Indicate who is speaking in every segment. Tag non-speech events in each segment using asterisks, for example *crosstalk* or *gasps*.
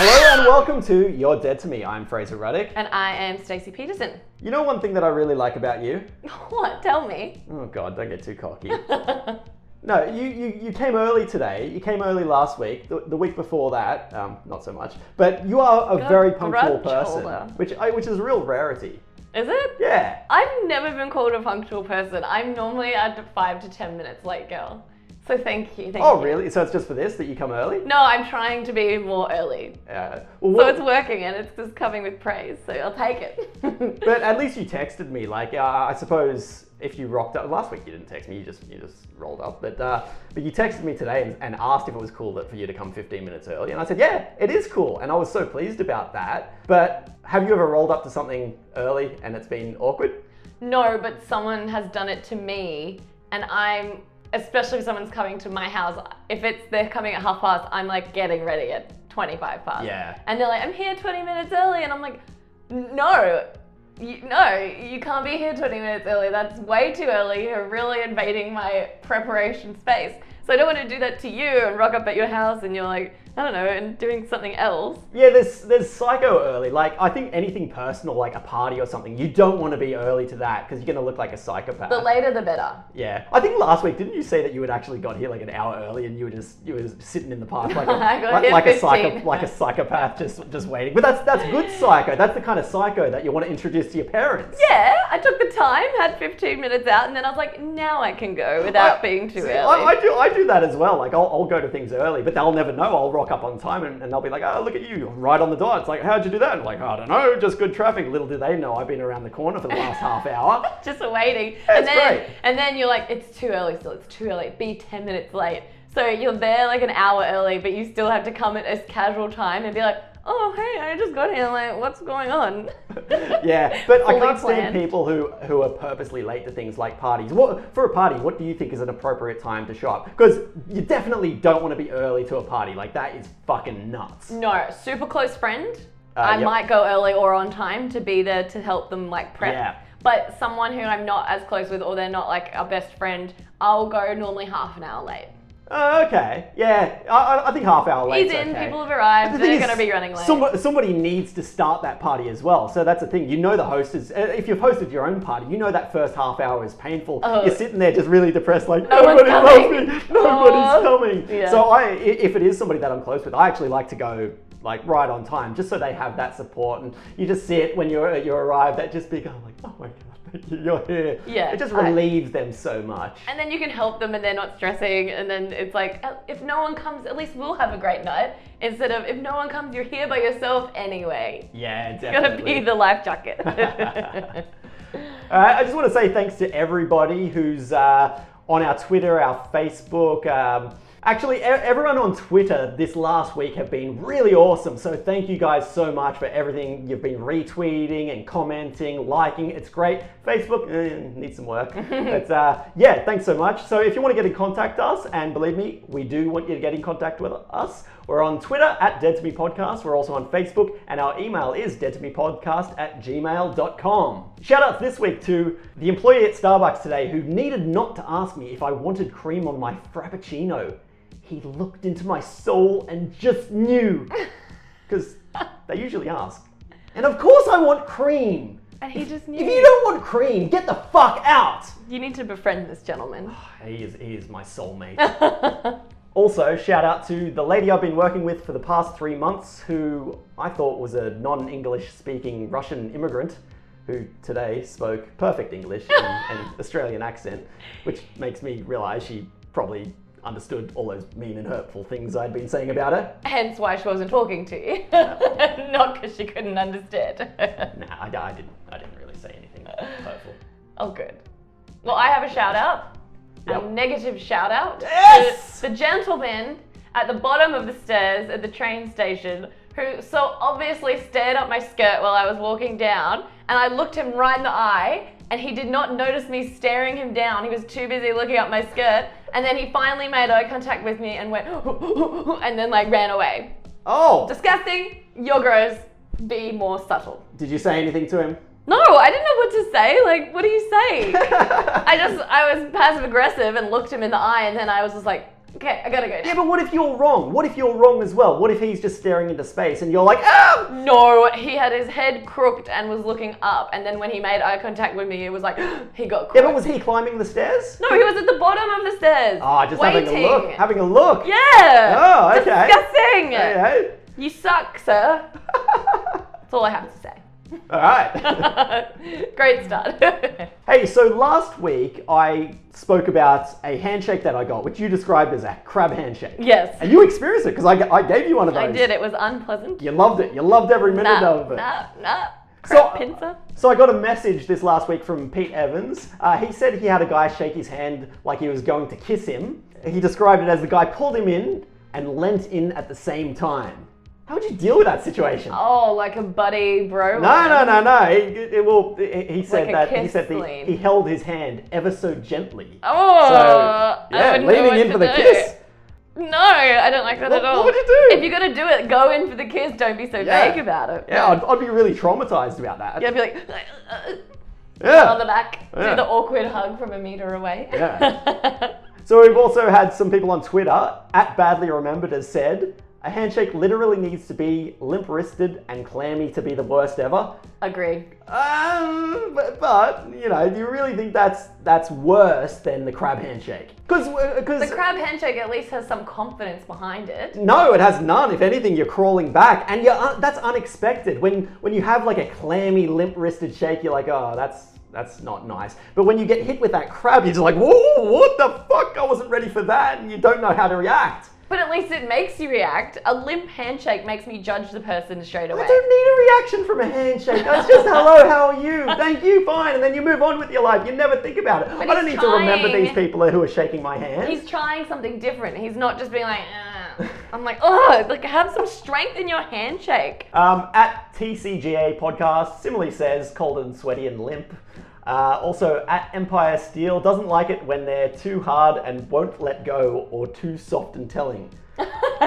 Speaker 1: Welcome to You're Dead to Me. I'm Fraser Ruddick.
Speaker 2: And I am Stacey Peterson. *laughs*
Speaker 1: You know one thing that I really like about you?
Speaker 2: What? Tell me. *laughs*
Speaker 1: Oh God, don't get too cocky. No, you, you, you came early today. You came early last week. The, the week before that, um, not so much. But you are a
Speaker 2: Good
Speaker 1: very punctual
Speaker 2: grudge
Speaker 1: person,
Speaker 2: holder.
Speaker 1: which I, which is a real rarity.
Speaker 2: Is it?
Speaker 1: Yeah.
Speaker 2: I've never been called a punctual person. I'm normally a five to ten minutes late girl. So thank you. Thank
Speaker 1: Oh
Speaker 2: you.
Speaker 1: really? So it's just for this that you come early?
Speaker 2: No, I'm trying to be more early.
Speaker 1: Uh, well,
Speaker 2: So
Speaker 1: what-
Speaker 2: it's working and it's just coming with praise. So I'll take it. *laughs*
Speaker 1: but at least you texted me. Like uh, I suppose if you rocked up last week, you didn't text me. You just you just rolled up. But uh, but you texted me today and, and asked if it was cool that for you to come 15 minutes early, and I said yeah, it is cool, and I was so pleased about that. But have you ever rolled up to something early and it's been awkward?
Speaker 2: no, but someone has done it to me and I'm especially if someone's coming to my house, if it's they're coming at half past, I'm like getting ready at twenty five past.
Speaker 1: Yeah.
Speaker 2: and they're like, I'm here 20 minutes early. And I'm like, no, you, no, you can't be here 20 minutes early. That's way too early. You're really invading my preparation space. So I don't want to do that to you and rock up at your house and you're like, I don't know, and doing something else.
Speaker 1: Yeah, there's there's psycho early. Like I think anything personal, like a party or something, you don't want to be early to that because you're gonna look like a psychopath.
Speaker 2: The later, the better.
Speaker 1: yeah, I think last week didn't you say that you had actually got here like an hour early and you were just you were just sitting in the park like a,
Speaker 2: *laughs* I got
Speaker 1: like,
Speaker 2: here
Speaker 1: like a
Speaker 2: 15.
Speaker 1: like a psychopath just just waiting. But that's that's good psycho. That's the kind of psycho that you want to introduce to your parents.
Speaker 2: Yeah, I took the time, had 15 minutes out, and then I was like, now I can go without
Speaker 1: I-
Speaker 2: being too
Speaker 1: see,
Speaker 2: early.
Speaker 1: I, I do I do that as well. Like I'll, I'll go to things early, but they'll never know. I'll rock up on time, and, and they'll be like, "Oh, look at you, you're right on the dot." It's like, "How'd you do that?" And like, "I don't know, just good traffic." Little do they know, I've been around the corner for the last *laughs* half hour.
Speaker 2: just waiting.
Speaker 1: That's
Speaker 2: and then
Speaker 1: great.
Speaker 2: and then you're like, it's too early still, it's too early. Be ten minutes late. So you're there like an hour early, but you still have to come at a casual time and be like, oh hey, I just got here, like what's
Speaker 1: *laughs*
Speaker 2: going on?
Speaker 1: Yeah, but I
Speaker 2: Fully
Speaker 1: can't stand
Speaker 2: planned.
Speaker 1: people who who are purposely late to things like parties. What for a party? What do you think is an appropriate time to show up? Because you definitely don't want to be early to a party. Like that is fucking nuts.
Speaker 2: No, super close friend.
Speaker 1: Uh,
Speaker 2: I
Speaker 1: yep.
Speaker 2: might go early or on time to be there to help them like prep.
Speaker 1: Yeah.
Speaker 2: But someone who I'm not as close with or they're not like our best friend, I'll go normally half an hour late.
Speaker 1: Uh, okay, yeah, I, I- I think half hour late.
Speaker 2: He's in,
Speaker 1: okay.
Speaker 2: people have
Speaker 1: But
Speaker 2: arrived,
Speaker 1: the thing
Speaker 2: they're
Speaker 1: is,
Speaker 2: gonna be running late.
Speaker 1: Somebody, somebody needs to start that party as well. So that's the thing. You know the host is. uh, If you've hosted your own party, you know that first half hour is painful.
Speaker 2: Oh.
Speaker 1: You're sitting there just really depressed, like
Speaker 2: No one's
Speaker 1: nobody loves me.
Speaker 2: coming."
Speaker 1: *laughs* Nobody's
Speaker 2: Oh.
Speaker 1: coming.
Speaker 2: Yeah.
Speaker 1: So I, i- if it is somebody that I'm close with, I actually like to go like right on time, just so they have that support. And you just see it when you're you arrive. That just being *laughs* oh, like, oh my god, thank you, you're here.
Speaker 2: Yeah,
Speaker 1: It just
Speaker 2: I-
Speaker 1: relieves them so much.
Speaker 2: And then you can help them and they're not stressing. And then it's like, uh, if no one comes, at least we'll have a great night. Instead of, if no one comes, you're here by yourself anyway.
Speaker 1: Yeah,
Speaker 2: You're gonna
Speaker 1: definitely.
Speaker 2: be the
Speaker 1: *laughs*
Speaker 2: life jacket. *laughs*
Speaker 1: All right, I just want to say thanks to everybody who's uh, on our Twitter, our Facebook. Um, actually, e- everyone on Twitter this last week have been really awesome. So thank you guys so much for everything you've been retweeting and commenting, liking. It's great. Facebook eh, needs some work. but uh, yeah, thanks so much. So if you want to get in contact us, and believe me, we do want you to get in contact with us. We're on Twitter at Dead to Me Podcast. We're also on Facebook, and our email is dead to me podcast at gmail.com. Shout outs this week to the employee at Starbucks today who needed not to ask me if I wanted cream on my Frappuccino. He looked into my soul and just knew. Because they usually ask. And of course I want cream.
Speaker 2: and he just knew.
Speaker 1: If you don't want cream, get the fuck out.
Speaker 2: You need to befriend this gentleman.
Speaker 1: He is, he is my soulmate. *laughs* Also, shout out to the lady I've been working with for the past three months, who I thought was a non English speaking Russian immigrant, who today spoke perfect English and an Australian accent, which makes me realise she probably understood all those mean and hurtful things I'd been saying about her.
Speaker 2: Hence why she wasn't talking to you. *laughs* not because she couldn't understand. *laughs*
Speaker 1: Nah, I, I didn't, I didn't really say anything hurtful.
Speaker 2: oh, good. Well, I have a shout out.
Speaker 1: Yep.
Speaker 2: A negative shout out. to
Speaker 1: Yes!
Speaker 2: The gentleman at the bottom of the stairs at the train station who so obviously stared up my skirt while I was walking down, and I looked him right in the eye, and he did not notice me staring him down. He was too busy looking up my skirt, and then he finally made eye contact with me and went, *laughs* and then like ran away.
Speaker 1: Oh!
Speaker 2: Disgusting, you're gross, be more subtle.
Speaker 1: Did you say anything to him?
Speaker 2: No, I didn't know what to say. Like,
Speaker 1: *laughs*
Speaker 2: what do you say? I just I was passive aggressive and looked him in the eye, and then I was just like, Okay, I gotta go.
Speaker 1: Yeah, but what if you're wrong? What if you're wrong as well? What if he's just staring into space and you're like, ah!
Speaker 2: No, he had his head crooked and was looking up, and then when he made eye contact with me, it was like *gasps* he got
Speaker 1: Yeah,
Speaker 2: crooked.
Speaker 1: but was he climbing the stairs?
Speaker 2: no, he was at the bottom of the stairs.
Speaker 1: Ah, just
Speaker 2: waiting.
Speaker 1: having a look. Having a look.
Speaker 2: yeah.
Speaker 1: Oh, okay.
Speaker 2: Disgusting.
Speaker 1: Okay.
Speaker 2: You suck, sir. That's all I have to
Speaker 1: *laughs* All right.
Speaker 2: *laughs* say. *laughs* Great start. *laughs*
Speaker 1: Hey, so last week I spoke about a handshake that I got, which you described as a crab handshake.
Speaker 2: yes,
Speaker 1: And you experienced it because I, g- I gave you one of those.
Speaker 2: I did. It was unpleasant.
Speaker 1: You loved it. You loved every minute
Speaker 2: No,
Speaker 1: of it.
Speaker 2: no, no.
Speaker 1: So-
Speaker 2: Crap pincer.
Speaker 1: So I got a message this last week from Pete Evans. Uh, he said he had a guy shake his hand like he was going to kiss him. He described it as the guy pulled him in and leant in at the same time. How would you deal with that situation?
Speaker 2: Oh, like a buddy bro.
Speaker 1: No, no, no, no. He, it will. He he said
Speaker 2: a
Speaker 1: that he
Speaker 2: kiss
Speaker 1: said the,
Speaker 2: lean.
Speaker 1: he held his hand ever so gently.
Speaker 2: Oh,
Speaker 1: so yeah,
Speaker 2: I wouldn't know
Speaker 1: leaning
Speaker 2: what
Speaker 1: in
Speaker 2: to
Speaker 1: for the
Speaker 2: do.
Speaker 1: kiss.
Speaker 2: *laughs* No, I don't like that
Speaker 1: What-
Speaker 2: at all.
Speaker 1: what would you do?
Speaker 2: If you're gonna do it, go in for the kiss. Don't be so
Speaker 1: Yeah.
Speaker 2: vague about it.
Speaker 1: Yeah, I'd, I'd be really traumatized about that.
Speaker 2: You'd be like, *laughs* uh, on
Speaker 1: Yeah.
Speaker 2: the back,
Speaker 1: Yeah.
Speaker 2: do the awkward hug from a meter away.
Speaker 1: Yeah. So we've also had some people on Twitter at badly remembered has said a handshake literally needs to be limp wristed and clammy to be the worst ever.
Speaker 2: *laughs* Agree.
Speaker 1: Um, but, but you know, do you really think that's that's worse than the crab handshake? uh, Because
Speaker 2: The crab handshake at least has some confidence behind it.
Speaker 1: No, it has none. If anything, you're crawling back, and you're un- that's unexpected. When when you have like a clammy, limp-wristed shake, you're like, oh, that's that's not nice. But when you get hit with that crab, you're just like, whoa, what the fuck? I wasn't ready for that, and you don't know how to react.
Speaker 2: But at least it makes you react. A limp handshake makes me judge the person straight away.
Speaker 1: I don't need a reaction from a handshake. That's
Speaker 2: *laughs*
Speaker 1: just hello, how are you? Thank you, fine, and then you move on with your life. You never think about it. I
Speaker 2: But
Speaker 1: don't
Speaker 2: he's
Speaker 1: need to remember
Speaker 2: trying.
Speaker 1: these people who are shaking my hand.
Speaker 2: He's trying something different. He's not just being like, "Ugh." I'm like, oh, like have some strength in your handshake.
Speaker 1: Um, at TCGA podcast, similarly says cold and sweaty and limp. Uh, also at Empire Steel doesn't like it when they're too hard and won't let go or too soft and
Speaker 2: *laughs*
Speaker 1: telling.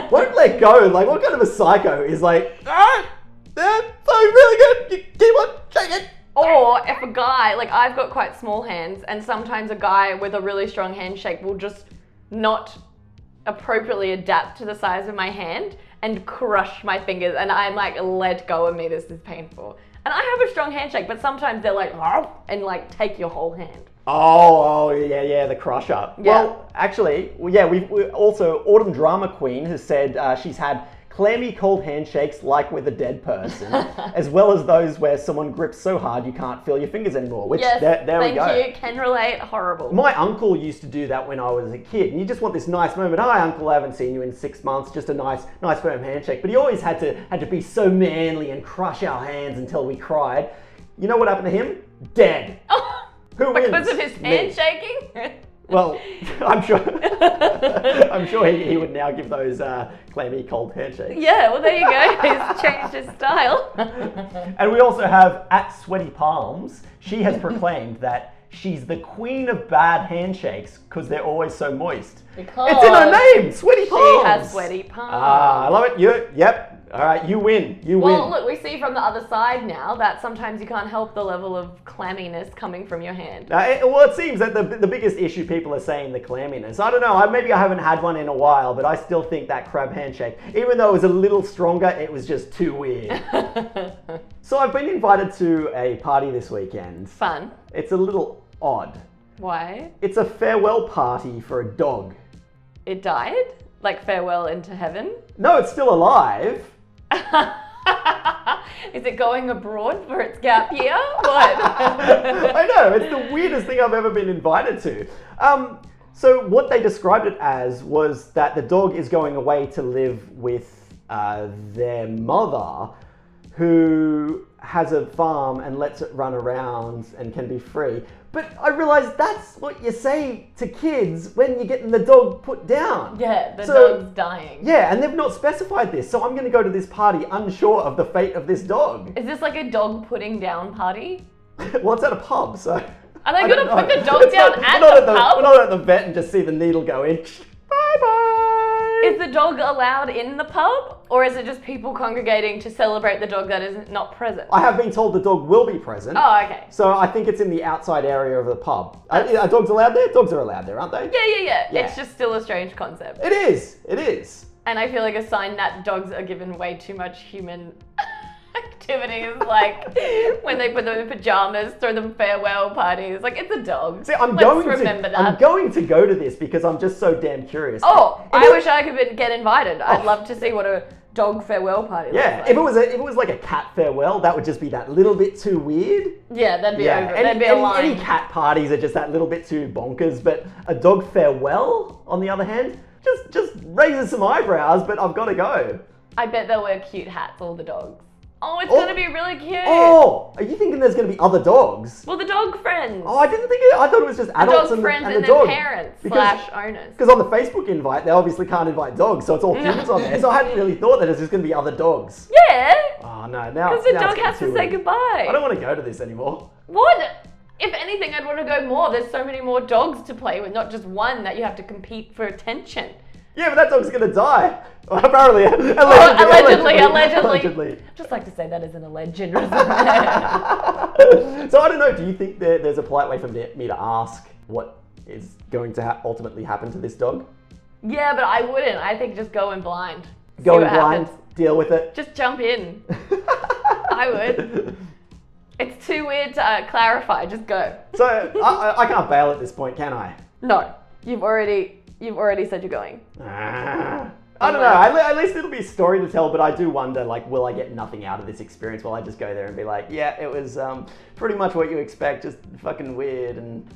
Speaker 1: won't let go. Like what kind of a psycho is like? Ah, that's so really good. You keep on shaking.
Speaker 2: Or if a guy, like I've got quite small hands, and sometimes a guy with a really strong handshake will just not appropriately adapt to the size of my hand and crush my fingers, and I'm like, let go of me, this is painful. And I have a strong handshake, but sometimes they're like, "Argh," and like take your whole hand.
Speaker 1: Oh, oh, yeah, yeah, the crush up.
Speaker 2: Yeah.
Speaker 1: Well, actually, well, yeah, we've we also Autumn Drama Queen has said uh, she's had clammy cold handshakes like with a dead
Speaker 2: *laughs*
Speaker 1: person, as well as those where someone grips so hard you can't feel your fingers anymore. Which
Speaker 2: Yes,
Speaker 1: there, there
Speaker 2: thank
Speaker 1: we go.
Speaker 2: you. Can relate. Horrible.
Speaker 1: My uncle used to do that when I was a kid, and you just want this nice moment. Hi, uncle, I haven't seen you in six months. Just a nice, nice firm handshake. But he always had to had to be so manly and crush our hands until we cried. You know what happened to him? Dead. Who
Speaker 2: *laughs* Oh, because
Speaker 1: wins?
Speaker 2: of his
Speaker 1: Me.
Speaker 2: hand shaking.
Speaker 1: Well, I'm sure. *laughs* I'm sure he, he would now give those uh, clammy cold handshakes.
Speaker 2: *laughs* yeah. Well, there
Speaker 1: *laughs*
Speaker 2: you go. He's changed his style.
Speaker 1: And we also have at Sweaty Palms. She has proclaimed that she's the queen of bad handshakes because they're always so moist.
Speaker 2: Because
Speaker 1: it's in her name, Sweaty Palms.
Speaker 2: She has sweaty palms.
Speaker 1: Ah, I love it. You, yep. All right, you win. You
Speaker 2: well,
Speaker 1: win.
Speaker 2: look, we see from the other side now that sometimes you can't help the level of clamminess coming from your hand.
Speaker 1: Now, Uh, it, well, it seems that the, the biggest issue people are saying the clamminess. I don't know. I, maybe I haven't had one in a while, but I still think that crab handshake, even though it was a little stronger, it was just too weird. so I've been invited to a party this weekend.
Speaker 2: Fun.
Speaker 1: It's a little odd.
Speaker 2: Why?
Speaker 1: It's a farewell party for a dog.
Speaker 2: It died? Like farewell into heaven? *laughs*
Speaker 1: No, it's still alive.
Speaker 2: Is it going abroad for its gap year?
Speaker 1: *laughs*
Speaker 2: What? *laughs*
Speaker 1: I know, it's the weirdest thing I've ever been invited to. Um, so, what they described it as was that the dog is going away to live with uh, their mother, who has a farm and lets it run around and can be free. But I realised that's what you say to kids when you're getting the dog put down.
Speaker 2: yeah, the
Speaker 1: So-
Speaker 2: dog's dying.
Speaker 1: Yeah, and they've not specified this, so I'm going to go to this party unsure of the fate of this dog.
Speaker 2: Is this like a dog putting down party?
Speaker 1: *laughs* well, it's at a pub, so.
Speaker 2: Are they
Speaker 1: I
Speaker 2: gonna
Speaker 1: don't
Speaker 2: put
Speaker 1: know.
Speaker 2: the dog
Speaker 1: It's
Speaker 2: down
Speaker 1: *laughs* not-
Speaker 2: at
Speaker 1: we're not
Speaker 2: the
Speaker 1: *laughs*
Speaker 2: pub?
Speaker 1: We're not at the vet and just see the needle go in. Bye bye.
Speaker 2: Is the dog allowed in the pub, or is it just people congregating to celebrate the dog that is not present?
Speaker 1: I have been told the dog will be present.
Speaker 2: Oh, okay.
Speaker 1: So I think it's in the outside area of the pub. Are, are dogs allowed there? Dogs are allowed there, aren't they?
Speaker 2: Yeah, yeah, yeah,
Speaker 1: Yeah.
Speaker 2: It's just still a strange concept.
Speaker 1: It is. It is.
Speaker 2: And I feel like a sign that dogs are given way too much human *laughs* activity is like when they put them in pajamas, throw them farewell parties. Like, it's a dog.
Speaker 1: See, I'm
Speaker 2: Let's
Speaker 1: going
Speaker 2: remember
Speaker 1: to.
Speaker 2: that.
Speaker 1: I'm going to go to this because I'm just so damn curious.
Speaker 2: Oh,
Speaker 1: If
Speaker 2: I
Speaker 1: it-
Speaker 2: wish I could be- get invited. I'd
Speaker 1: Oh.
Speaker 2: love to see what a dog farewell party
Speaker 1: Yeah, if
Speaker 2: looks
Speaker 1: it
Speaker 2: like.
Speaker 1: was a, if it was like a cat farewell, that would just be that little bit too weird.
Speaker 2: yeah, that'd be
Speaker 1: Yeah,
Speaker 2: over.
Speaker 1: any,
Speaker 2: There'd be a
Speaker 1: any-
Speaker 2: line.
Speaker 1: any cat parties are just that little bit too bonkers. But a dog farewell, on the other hand, just just raises some eyebrows. But I've got to go.
Speaker 2: I bet they'll wear cute hats, all the dogs. Oh, it's
Speaker 1: Oh.
Speaker 2: gonna be really cute.
Speaker 1: Oh, are you thinking there's going to be other dogs?
Speaker 2: Well, the dog friends.
Speaker 1: Oh, I didn't think it. I thought it was just adults
Speaker 2: dog
Speaker 1: and, the-
Speaker 2: friends
Speaker 1: and
Speaker 2: and,
Speaker 1: the
Speaker 2: their
Speaker 1: dog.
Speaker 2: parents
Speaker 1: Because-
Speaker 2: slash
Speaker 1: *laughs*
Speaker 2: owners.
Speaker 1: Because on the Facebook invite, they obviously can't invite dogs, so it's all humans on there. So I hadn't really thought that it's just going to be other dogs.
Speaker 2: Yeah,
Speaker 1: Oh no, now
Speaker 2: because the
Speaker 1: now it's
Speaker 2: dog
Speaker 1: getting
Speaker 2: has to
Speaker 1: too
Speaker 2: say
Speaker 1: weird.
Speaker 2: goodbye.
Speaker 1: I don't want to go to this anymore.
Speaker 2: What? If anything, I'd want to go more. There's so many more dogs to play with, not just one that you have to compete for attention.
Speaker 1: Yeah, but that dog's gonna die. *laughs* Apparently, allegedly,
Speaker 2: Oh, allegedly, allegedly.
Speaker 1: allegedly.
Speaker 2: Just like to say that as an alleged
Speaker 1: *laughs*
Speaker 2: reason.
Speaker 1: so I don't know. Do you think there, there's a polite way for me me to ask what is going to ha- ultimately happen to this dog?
Speaker 2: *laughs* yeah, but I wouldn't. I think just go in blind. See
Speaker 1: Go in
Speaker 2: what
Speaker 1: blind,
Speaker 2: happens.
Speaker 1: deal with it.
Speaker 2: Just jump in. I would. It's too weird to uh, clarify. Just go.
Speaker 1: *laughs* So I, I, I can't bail at this point, can I?
Speaker 2: No, you've already you've already said you're going.
Speaker 1: Ah. I don't know. At le- at least it'll be a story to tell, but I do wonder, like, will I get nothing out of this experience? Will I just go there and be like, yeah, it was um, pretty much what you expect, just fucking weird and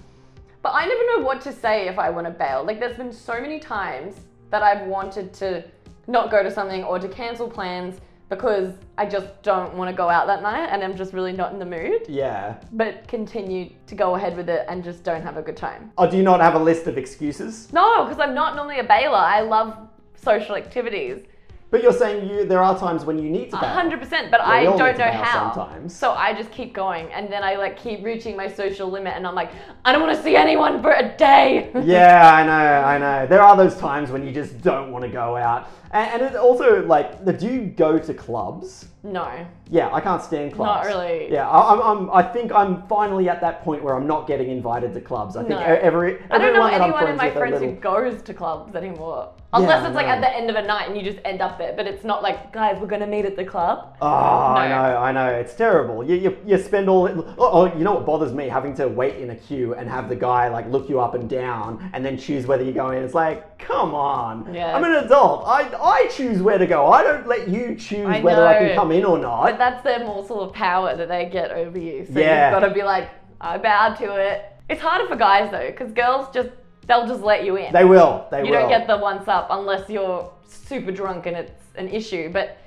Speaker 2: But I never know what to say if I want to bail. Like, there's been so many times that I've wanted to not go to something or to cancel plans because I just don't want to go out that night and I'm just really not in the mood.
Speaker 1: yeah.
Speaker 2: But continue to go ahead with it and just don't have a good time.
Speaker 1: Oh, do you not have a list of excuses?
Speaker 2: No, because I'm not normally a bailer. I love social activities.
Speaker 1: But you're saying you there are times when you need to
Speaker 2: A
Speaker 1: bail.
Speaker 2: 100%, but I
Speaker 1: we all need
Speaker 2: don't
Speaker 1: to
Speaker 2: know
Speaker 1: bail
Speaker 2: how.
Speaker 1: sometimes.
Speaker 2: So I just keep going and then I like keep reaching my social limit and I'm like, I don't want to see anyone for a day. *laughs*
Speaker 1: Yeah, I know, I know. There are those times when you just don't want to go out, and, and it also like, do you go to clubs?
Speaker 2: no.
Speaker 1: Yeah, I can't stand clubs.
Speaker 2: really.
Speaker 1: Yeah, I, I'm, I'm. I think I'm finally at that point where I'm not getting invited to clubs. I think
Speaker 2: No.
Speaker 1: e- every everyone
Speaker 2: I don't know
Speaker 1: that I'm
Speaker 2: anyone
Speaker 1: friends
Speaker 2: in my
Speaker 1: with are
Speaker 2: friends
Speaker 1: little,
Speaker 2: who goes to clubs anymore. Unless
Speaker 1: Yeah,
Speaker 2: it's like
Speaker 1: no.
Speaker 2: at the end of a night and you just end up there, but it's not like, guys, we're gonna meet at the club.
Speaker 1: Oh, I
Speaker 2: No.
Speaker 1: know, I know. It's terrible. You, you, you spend all. Oh, oh, you know what bothers me? Having to wait in a queue and have the guy like look you up and down and then choose whether you go in. It's like, come on.
Speaker 2: Yeah.
Speaker 1: I'm an adult. I, I choose where to go. I don't let you choose
Speaker 2: I
Speaker 1: whether I can
Speaker 2: know.
Speaker 1: come in or
Speaker 2: But
Speaker 1: not.
Speaker 2: that's their morsel of power that they get over you. So
Speaker 1: Yeah.
Speaker 2: you've gotta be like, I bow to it. It's harder for guys though, because girls just they'll just let you in.
Speaker 1: They will. They
Speaker 2: you
Speaker 1: will.
Speaker 2: don't get the once up unless you're super drunk and it's an issue. But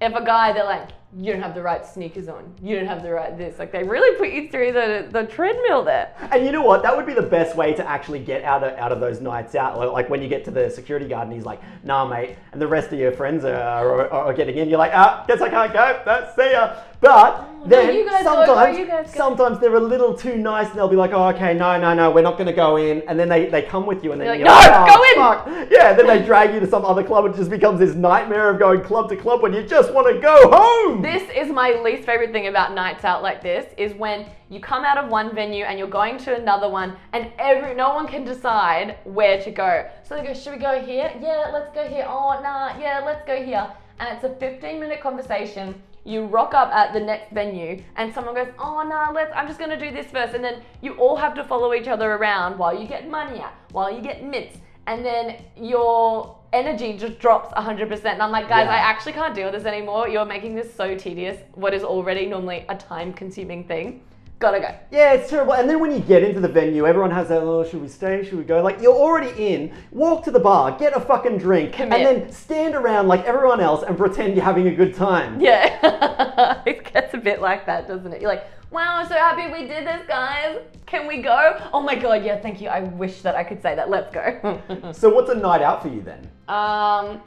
Speaker 2: if a guy, they're like, you don't have the right sneakers on. You don't have the right this. Like they really put you through the the treadmill there.
Speaker 1: And you know what? That would be the best way to actually get out of out of those nights out. Like, like when you get to the security guard and he's like, "Nah, mate," and the rest of your friends are, are, are getting in. You're like, "Ah, guess I can't go. That's see ya." But then
Speaker 2: you guys go, Oh, no,
Speaker 1: sometimes,
Speaker 2: you guys go.
Speaker 1: sometimes they're a little too nice, and they'll be like, "Oh, okay, no, no, no, we're not going to go in." And then they, they come with you, and then you're
Speaker 2: You're like,
Speaker 1: like,
Speaker 2: "No, go in!"
Speaker 1: go in." Fuck. Yeah, then they drag you to some other club. It just becomes this nightmare of going club to club when you just want to go home.
Speaker 2: This is my least favorite thing about nights out like this is when you come out of one venue and you're going to another one and every no one can decide where to go. So they go, should we go here? Yeah, let's go here. Oh nah, yeah, let's go here. And it's a 15 minute conversation. You rock up at the next venue and someone goes, oh nah, let's I'm just gonna do this first. And then you all have to follow each other around while you get money out, while you get mints, and then your energy just drops 100% and i'm like guys
Speaker 1: Yeah.
Speaker 2: i actually can't deal with this anymore you're making this so tedious what is already normally a time consuming thing gotta go *laughs*
Speaker 1: Yeah, it's terrible. And then when you get into the venue, everyone has that, oh, should we stay? Should we go? Like, you're already in. Walk to the bar, get a fucking drink,
Speaker 2: Commit.
Speaker 1: and then stand around like everyone else and pretend you're having a good time.
Speaker 2: yeah *laughs* it gets a bit like that doesn't it you're like wow i'm so happy we did this guys can we go oh my god yeah thank you i wish that i could say that let's go
Speaker 1: So, what's a night out for you then?
Speaker 2: um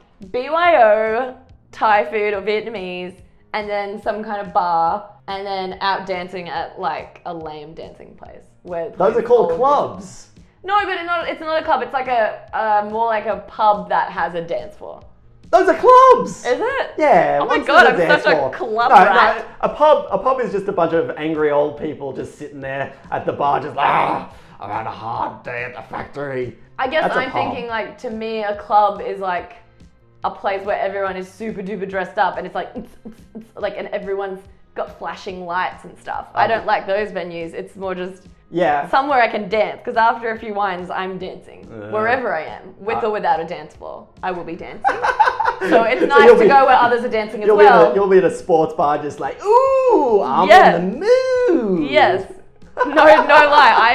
Speaker 2: byo thai food or vietnamese and then some kind of bar and then out dancing at like a lame dancing place where
Speaker 1: Those are
Speaker 2: it's
Speaker 1: called
Speaker 2: all-
Speaker 1: clubs.
Speaker 2: No, but it's not. It's not a club. It's like a uh, more like a pub that has a dance floor.
Speaker 1: Those are clubs.
Speaker 2: Is it?
Speaker 1: Yeah.
Speaker 2: Oh my
Speaker 1: what's
Speaker 2: God,
Speaker 1: with
Speaker 2: I'm
Speaker 1: the dance
Speaker 2: such a
Speaker 1: floor?
Speaker 2: club
Speaker 1: no, No,
Speaker 2: rat.
Speaker 1: a pub, a pub is just a bunch of angry old people just sitting there at the bar, just like, ah, I've had a hard day at the factory.
Speaker 2: I guess
Speaker 1: That's a
Speaker 2: I'm
Speaker 1: pub.
Speaker 2: thinking like to me a club is like a place where everyone is super duper dressed up and it's like "Ts, ts, ts," like and everyone's got flashing lights and stuff.
Speaker 1: Um,
Speaker 2: I don't like those venues. It's more just
Speaker 1: Yeah.
Speaker 2: somewhere I can dance because after a few wines I'm dancing
Speaker 1: Uh,
Speaker 2: wherever I am with
Speaker 1: I-
Speaker 2: or without a dance floor. I will be
Speaker 1: *laughs*
Speaker 2: dancing. so it's nice
Speaker 1: you'll
Speaker 2: to
Speaker 1: be-
Speaker 2: go where others are dancing as
Speaker 1: You'll be, in a,
Speaker 2: well.
Speaker 1: you'll be in a sports bar, just like, ooh, I'm
Speaker 2: Yes.
Speaker 1: in the mood.
Speaker 2: Yes. No, no lie. I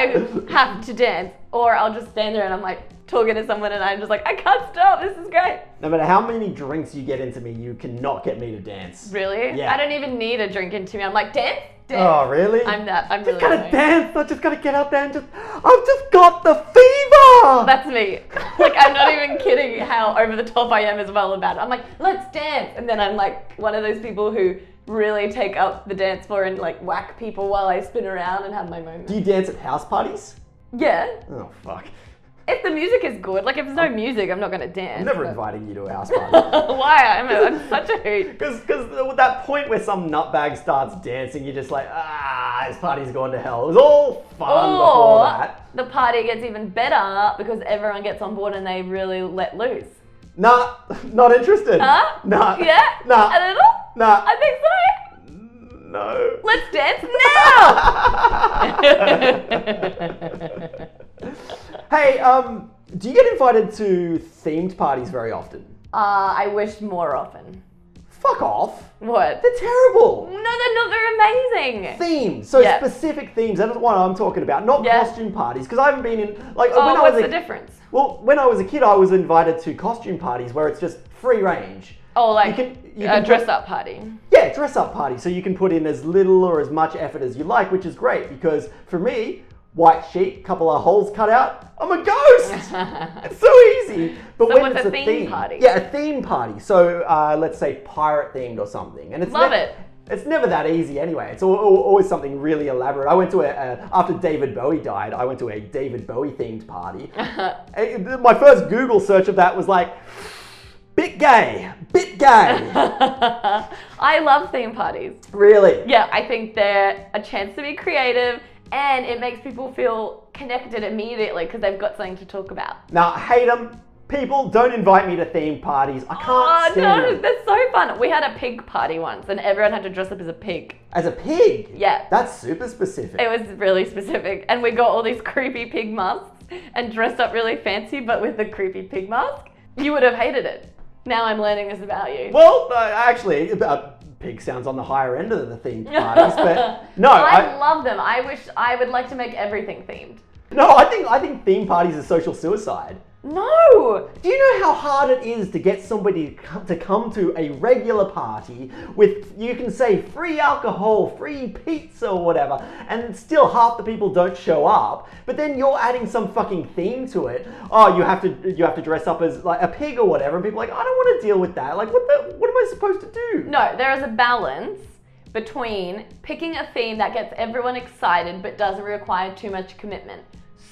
Speaker 2: have to dance or I'll just stand there and I'm like talking to someone and I'm just like I can't stop. This is great.
Speaker 1: No matter how many drinks you get into me, you cannot get me to dance.
Speaker 2: Really?
Speaker 1: Yeah.
Speaker 2: I don't even need a drink into me. I'm like, dance, dance.
Speaker 1: Oh, really?
Speaker 2: I'm that. I'm really
Speaker 1: just gotta
Speaker 2: annoying.
Speaker 1: dance. I just gotta get out there and just. I've just got the fever.
Speaker 2: That's me. like, I'm not even kidding how over the top I am as well about it. I'm like, let's dance. And then I'm like one of those people who really take up the dance floor and like whack people while I spin around and have my moment.
Speaker 1: Do you dance at house parties?
Speaker 2: Yeah.
Speaker 1: Oh fuck!
Speaker 2: If the music is good, like if there's no music, I'm not going to dance.
Speaker 1: I'm Oh. never
Speaker 2: but-
Speaker 1: inviting you to a house party.
Speaker 2: *laughs* Why? I'm, a, I'm such a hoot.
Speaker 1: Because because that point where some nutbag starts dancing, you're just like, ah, this party's gone to hell. It was all fun before
Speaker 2: Or
Speaker 1: that.
Speaker 2: Oh, the party gets even better because everyone gets on board and they really let loose.
Speaker 1: Nah, *laughs* not interested.
Speaker 2: Huh?
Speaker 1: Nah.
Speaker 2: Yeah?
Speaker 1: Nah.
Speaker 2: A little?
Speaker 1: Nah.
Speaker 2: I think so. *laughs*
Speaker 1: no.
Speaker 2: Let's
Speaker 1: *laughs*
Speaker 2: dance now!
Speaker 1: hey, um, do you get invited to themed parties very often?
Speaker 2: uh, I wish more often.
Speaker 1: Fuck off.
Speaker 2: What?
Speaker 1: They're terrible.
Speaker 2: No, they're not. They're amazing.
Speaker 1: Themes, so
Speaker 2: Yeah.
Speaker 1: specific themes. That's what I'm talking about, not
Speaker 2: Yeah.
Speaker 1: costume parties. Because I haven't been in like when
Speaker 2: oh,
Speaker 1: I was
Speaker 2: what's
Speaker 1: a
Speaker 2: the difference?
Speaker 1: Well, when I was a kid, I was invited to costume parties where it's just free range.
Speaker 2: Oh, like
Speaker 1: can- you
Speaker 2: a
Speaker 1: can put-
Speaker 2: dress-up party. *laughs*
Speaker 1: Yeah, dress up party. So you can put in as little or as much effort as you like, which is great because for me, white sheet, couple of holes cut out, I'm a
Speaker 2: *laughs*
Speaker 1: ghost. it's so easy. But
Speaker 2: So
Speaker 1: when
Speaker 2: it's
Speaker 1: it's
Speaker 2: a
Speaker 1: a,
Speaker 2: theme party?
Speaker 1: yeah, a theme party. So uh, let's say pirate themed or something, and it's
Speaker 2: Love
Speaker 1: ne-
Speaker 2: it.
Speaker 1: It's never that easy anyway. It's al- al- always something really elaborate. I went to a, a after David Bowie died. I went to a David Bowie themed
Speaker 2: *laughs*
Speaker 1: party. Uh, My first Google search of that was like, bit gay, bit
Speaker 2: *laughs*
Speaker 1: gay.
Speaker 2: I love theme parties.
Speaker 1: really?
Speaker 2: Yeah, I think they're a chance to be creative, and it makes people feel connected immediately because they've got something to talk about.
Speaker 1: Now, I hate them. People, don't invite me to theme parties. I can't
Speaker 2: Oh
Speaker 1: stand
Speaker 2: no,
Speaker 1: them.
Speaker 2: they're so fun. We had a pig party once, and everyone had to dress up as a pig.
Speaker 1: As a pig?
Speaker 2: Yeah.
Speaker 1: That's super specific.
Speaker 2: It was really specific. And we got all these creepy pig masks and dressed up really fancy, but with the creepy pig mask. You would have hated it. Now I'm learning this about *laughs* you.
Speaker 1: well, uh, actually, uh, pig sounds on the higher end of the theme parties,
Speaker 2: *laughs*
Speaker 1: but no,
Speaker 2: Well, I,
Speaker 1: I,
Speaker 2: love them. I wish I would like to make everything themed.
Speaker 1: no, I think I think theme parties are social suicide.
Speaker 2: No!
Speaker 1: Do you know how hard it is to get somebody to come- to come to a regular party with, you can say, free alcohol, free pizza, or whatever, and still half the people don't show up? But then you're adding some fucking theme to it. Oh, you have to you have to dress up as like a pig or whatever, and people are like, I don't want to deal with that. Like, what the what am I supposed to do?
Speaker 2: No, there is a balance between picking a theme that gets everyone excited but doesn't require too much commitment.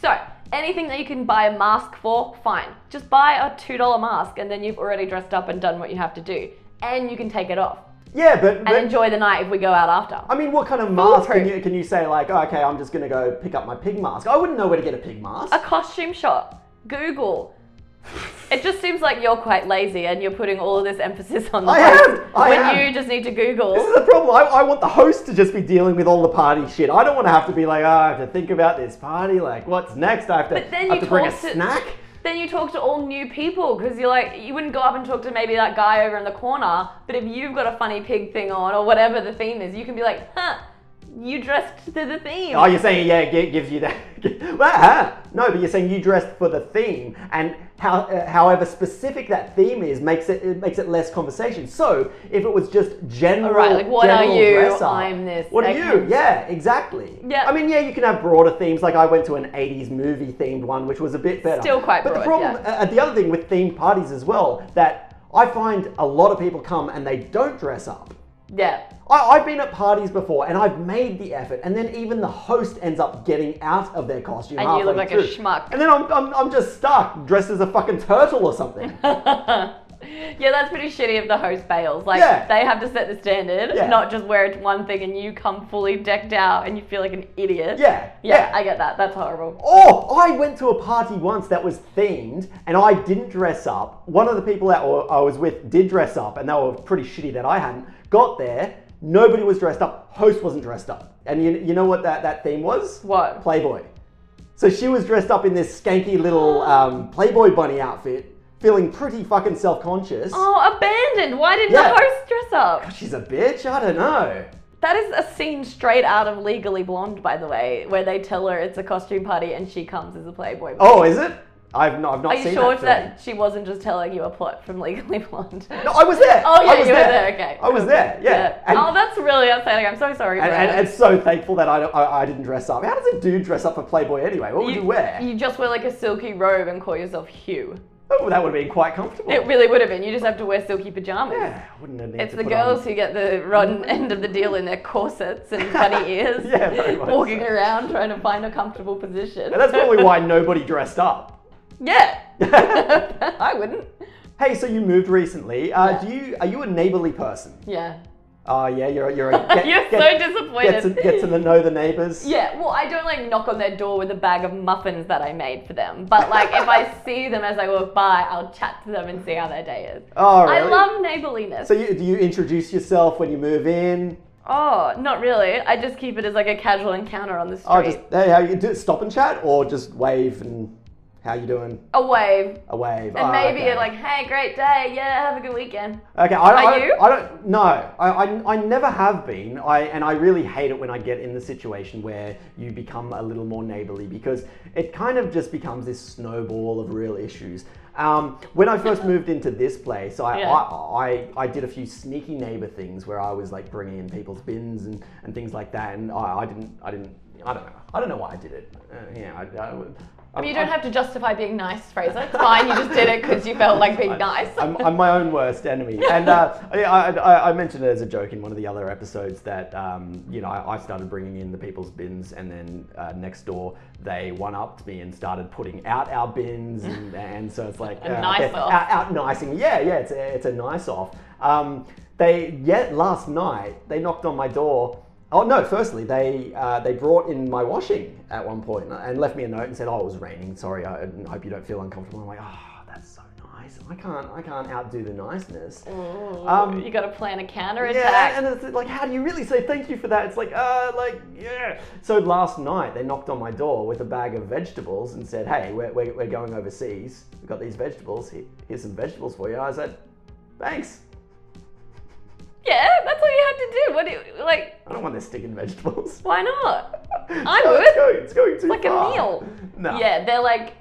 Speaker 2: So, anything that you can buy a mask for, fine. Just buy a $2 mask and then you've already dressed up and done what you have to do. And you can take it off
Speaker 1: Yeah, but,
Speaker 2: and
Speaker 1: but-
Speaker 2: enjoy the night if we go out after.
Speaker 1: I mean, what kind of mask can
Speaker 2: Foolproof.
Speaker 1: you, can you say like, "Oh, okay, I'm just gonna go pick up my pig mask? I wouldn't know where to get a pig mask.
Speaker 2: A costume shop, Google. It just seems like you're quite lazy and you're putting all this emphasis on the
Speaker 1: I
Speaker 2: host
Speaker 1: am, I
Speaker 2: when
Speaker 1: am.
Speaker 2: you just need to Google.
Speaker 1: This is the problem. I, I want the host to just be dealing with all the party shit. I don't want to have to be like, oh, I have to think about this party. Like, what's next? I have to,
Speaker 2: But then
Speaker 1: I
Speaker 2: you
Speaker 1: have to bring a
Speaker 2: talk to-
Speaker 1: snack.
Speaker 2: then you talk to all new people because you're like you wouldn't go up and talk to maybe that guy over in the corner but if you've got a funny pig thing on or whatever the theme is you can be like huh you dressed to the theme
Speaker 1: Oh, you're saying yeah, it gives you that. *laughs* well, huh? No, but you're saying you dressed for the theme, and how, uh, however specific that theme is makes it, it makes it less conversation. So if it was just general,
Speaker 2: Alright, like, what are
Speaker 1: general
Speaker 2: you?
Speaker 1: dress up,
Speaker 2: I'm this.
Speaker 1: What are
Speaker 2: Okay.
Speaker 1: you? Yeah, exactly.
Speaker 2: Yeah.
Speaker 1: I mean, yeah, you can have broader themes. Like I went to an '80s movie themed one, which was a bit better.
Speaker 2: Still quite
Speaker 1: But the
Speaker 2: broad,
Speaker 1: problem,
Speaker 2: yeah.
Speaker 1: Uh, the other thing with themed parties as well that I find a lot of people come and they don't dress up.
Speaker 2: Yeah. *laughs*
Speaker 1: I, I've been at parties before and I've made the effort, and then even the host ends up getting out of their costume.
Speaker 2: And you
Speaker 1: halfway
Speaker 2: look like a
Speaker 1: through.
Speaker 2: schmuck.
Speaker 1: And then I'm, I'm, I'm just stuck dressed as a fucking turtle or
Speaker 2: *laughs*
Speaker 1: something.
Speaker 2: yeah, that's pretty shitty if the host fails. Like
Speaker 1: Yeah.
Speaker 2: they have to set the standard,
Speaker 1: Yeah.
Speaker 2: not just wear it one thing and you come fully decked out and you feel like an idiot.
Speaker 1: Yeah,
Speaker 2: Yeah,
Speaker 1: yeah.
Speaker 2: I get that. That's horrible.
Speaker 1: Oh, I went to a party once that was themed and I didn't dress up. One of the people that wa- I was with did dress up and they were pretty shitty that I hadn't. Got there, nobody was dressed up, host wasn't dressed up. And you, you know what that, that theme was?
Speaker 2: What?
Speaker 1: Playboy. So she was dressed up in this skanky little um, Playboy bunny outfit, feeling pretty fucking self conscious.
Speaker 2: Oh, abandoned. Why didn't
Speaker 1: Yeah.
Speaker 2: the host dress up?
Speaker 1: She's a bitch, I don't know.
Speaker 2: That is a scene straight out of Legally Blonde, by the way, where they tell her it's a costume party and she comes as a Playboy. bunny.
Speaker 1: Oh, is it? I've not, I've not
Speaker 2: Are
Speaker 1: seen
Speaker 2: you sure
Speaker 1: that. film.
Speaker 2: that she wasn't just telling you a plot from Legally *laughs* Blonde?
Speaker 1: No, I was there.
Speaker 2: Oh yeah,
Speaker 1: I was
Speaker 2: you
Speaker 1: there.
Speaker 2: were there. Okay.
Speaker 1: I was there. Yeah. And-
Speaker 2: oh, that's really upsetting. I'm so sorry.
Speaker 1: And,
Speaker 2: for
Speaker 1: and,
Speaker 2: her.
Speaker 1: and so thankful that I, don't- I, I didn't dress up. How does a dude dress up for Playboy anyway? What would you, wear?
Speaker 2: You just wear like a silky robe and call yourself Hugh.
Speaker 1: oh, that would have been quite comfortable.
Speaker 2: It really would have been. You just have to wear silky pajamas.
Speaker 1: yeah, wouldn't have needed
Speaker 2: It's
Speaker 1: to
Speaker 2: the
Speaker 1: put
Speaker 2: girls
Speaker 1: on-
Speaker 2: who get the rotten *laughs* end of the deal in their corsets and
Speaker 1: *laughs*
Speaker 2: funny ears,
Speaker 1: Yeah, very much
Speaker 2: walking
Speaker 1: so.
Speaker 2: around trying to find a comfortable position.
Speaker 1: And that's probably why nobody dressed up. *laughs*
Speaker 2: *laughs* yeah, *laughs* I wouldn't.
Speaker 1: Hey, so you moved recently. Uh,
Speaker 2: Yeah.
Speaker 1: Do you are you a neighborly person?
Speaker 2: Yeah,
Speaker 1: Oh yeah, you're you're a get,
Speaker 2: *laughs* you're
Speaker 1: get,
Speaker 2: so disappointed.
Speaker 1: get to, get to
Speaker 2: *laughs*
Speaker 1: the know the neighbors.
Speaker 2: Yeah, well, I don't like knock on their door with a bag of muffins that I made for them. But like, if
Speaker 1: *laughs*
Speaker 2: I see them as I walk by, I'll chat to them and see how their day is.
Speaker 1: Oh really?
Speaker 2: I love neighborliness.
Speaker 1: So you, do you introduce yourself when you move in?
Speaker 2: oh, not really. I just keep it as like a casual encounter on the street.
Speaker 1: Oh, just hey, how you do? Stop and chat, or just wave and how you doing?
Speaker 2: a wave.
Speaker 1: A wave.
Speaker 2: And
Speaker 1: Oh,
Speaker 2: maybe
Speaker 1: okay.
Speaker 2: like, hey, great day. Yeah, have a good weekend.
Speaker 1: Okay, I,
Speaker 2: Are
Speaker 1: I,
Speaker 2: you?
Speaker 1: I don't. No, I, I, I never have been. I and I really hate it when I get in the situation where you become a little more neighborly because it kind of just becomes this snowball of real issues. Um, when I
Speaker 2: *laughs*
Speaker 1: first moved into this place, I,
Speaker 2: Yeah.
Speaker 1: I, I I did a few sneaky neighbor things where I was like bringing in people's bins and, and things like that, and I, I didn't I didn't I don't know I don't know why I did it. Uh, yeah, I, I, I,
Speaker 2: I mean, you
Speaker 1: I-
Speaker 2: don't have to justify being nice,
Speaker 1: *laughs*
Speaker 2: Fraser. It's fine. You just did it because you felt like being nice.
Speaker 1: I'm,
Speaker 2: *laughs*
Speaker 1: I'm my own worst enemy. And uh, I, I, I mentioned it as a joke in one of the other episodes that, um, you know, I, I started bringing in the people's bins and then uh, next door they one upped me and started putting out our bins. And, and so it's like,
Speaker 2: A
Speaker 1: uh,
Speaker 2: nice
Speaker 1: yeah,
Speaker 2: off.
Speaker 1: Out, out nicing. Yeah, yeah, it's a, it's a nice off. Um, they, yet last night, they knocked on my door. Oh no! Firstly, they uh, they brought in my washing at one point and left me a note and said, "Oh, it was raining. Sorry. I I hope you don't feel uncomfortable." I'm like, "Oh, that's so nice. I can't I can't outdo the niceness."
Speaker 2: Mm,
Speaker 1: Um,
Speaker 2: you got to plan a counter
Speaker 1: yeah,
Speaker 2: attack.
Speaker 1: and it's like, how do you really say thank you for that? It's like, uh, like, yeah. So last night they knocked on my door with a bag of vegetables and said, "Hey, we're, we're, we're going overseas. We've got these vegetables. Here, here's some vegetables for you." I said, "Thanks.
Speaker 2: yeah, that's all you had to do. What do you like?
Speaker 1: I don't want this sticking
Speaker 2: *laughs*
Speaker 1: vegetables."
Speaker 2: Why not?
Speaker 1: I
Speaker 2: would.
Speaker 1: It's going, it's going too
Speaker 2: like a
Speaker 1: far.
Speaker 2: meal.
Speaker 1: No.
Speaker 2: Yeah, they're like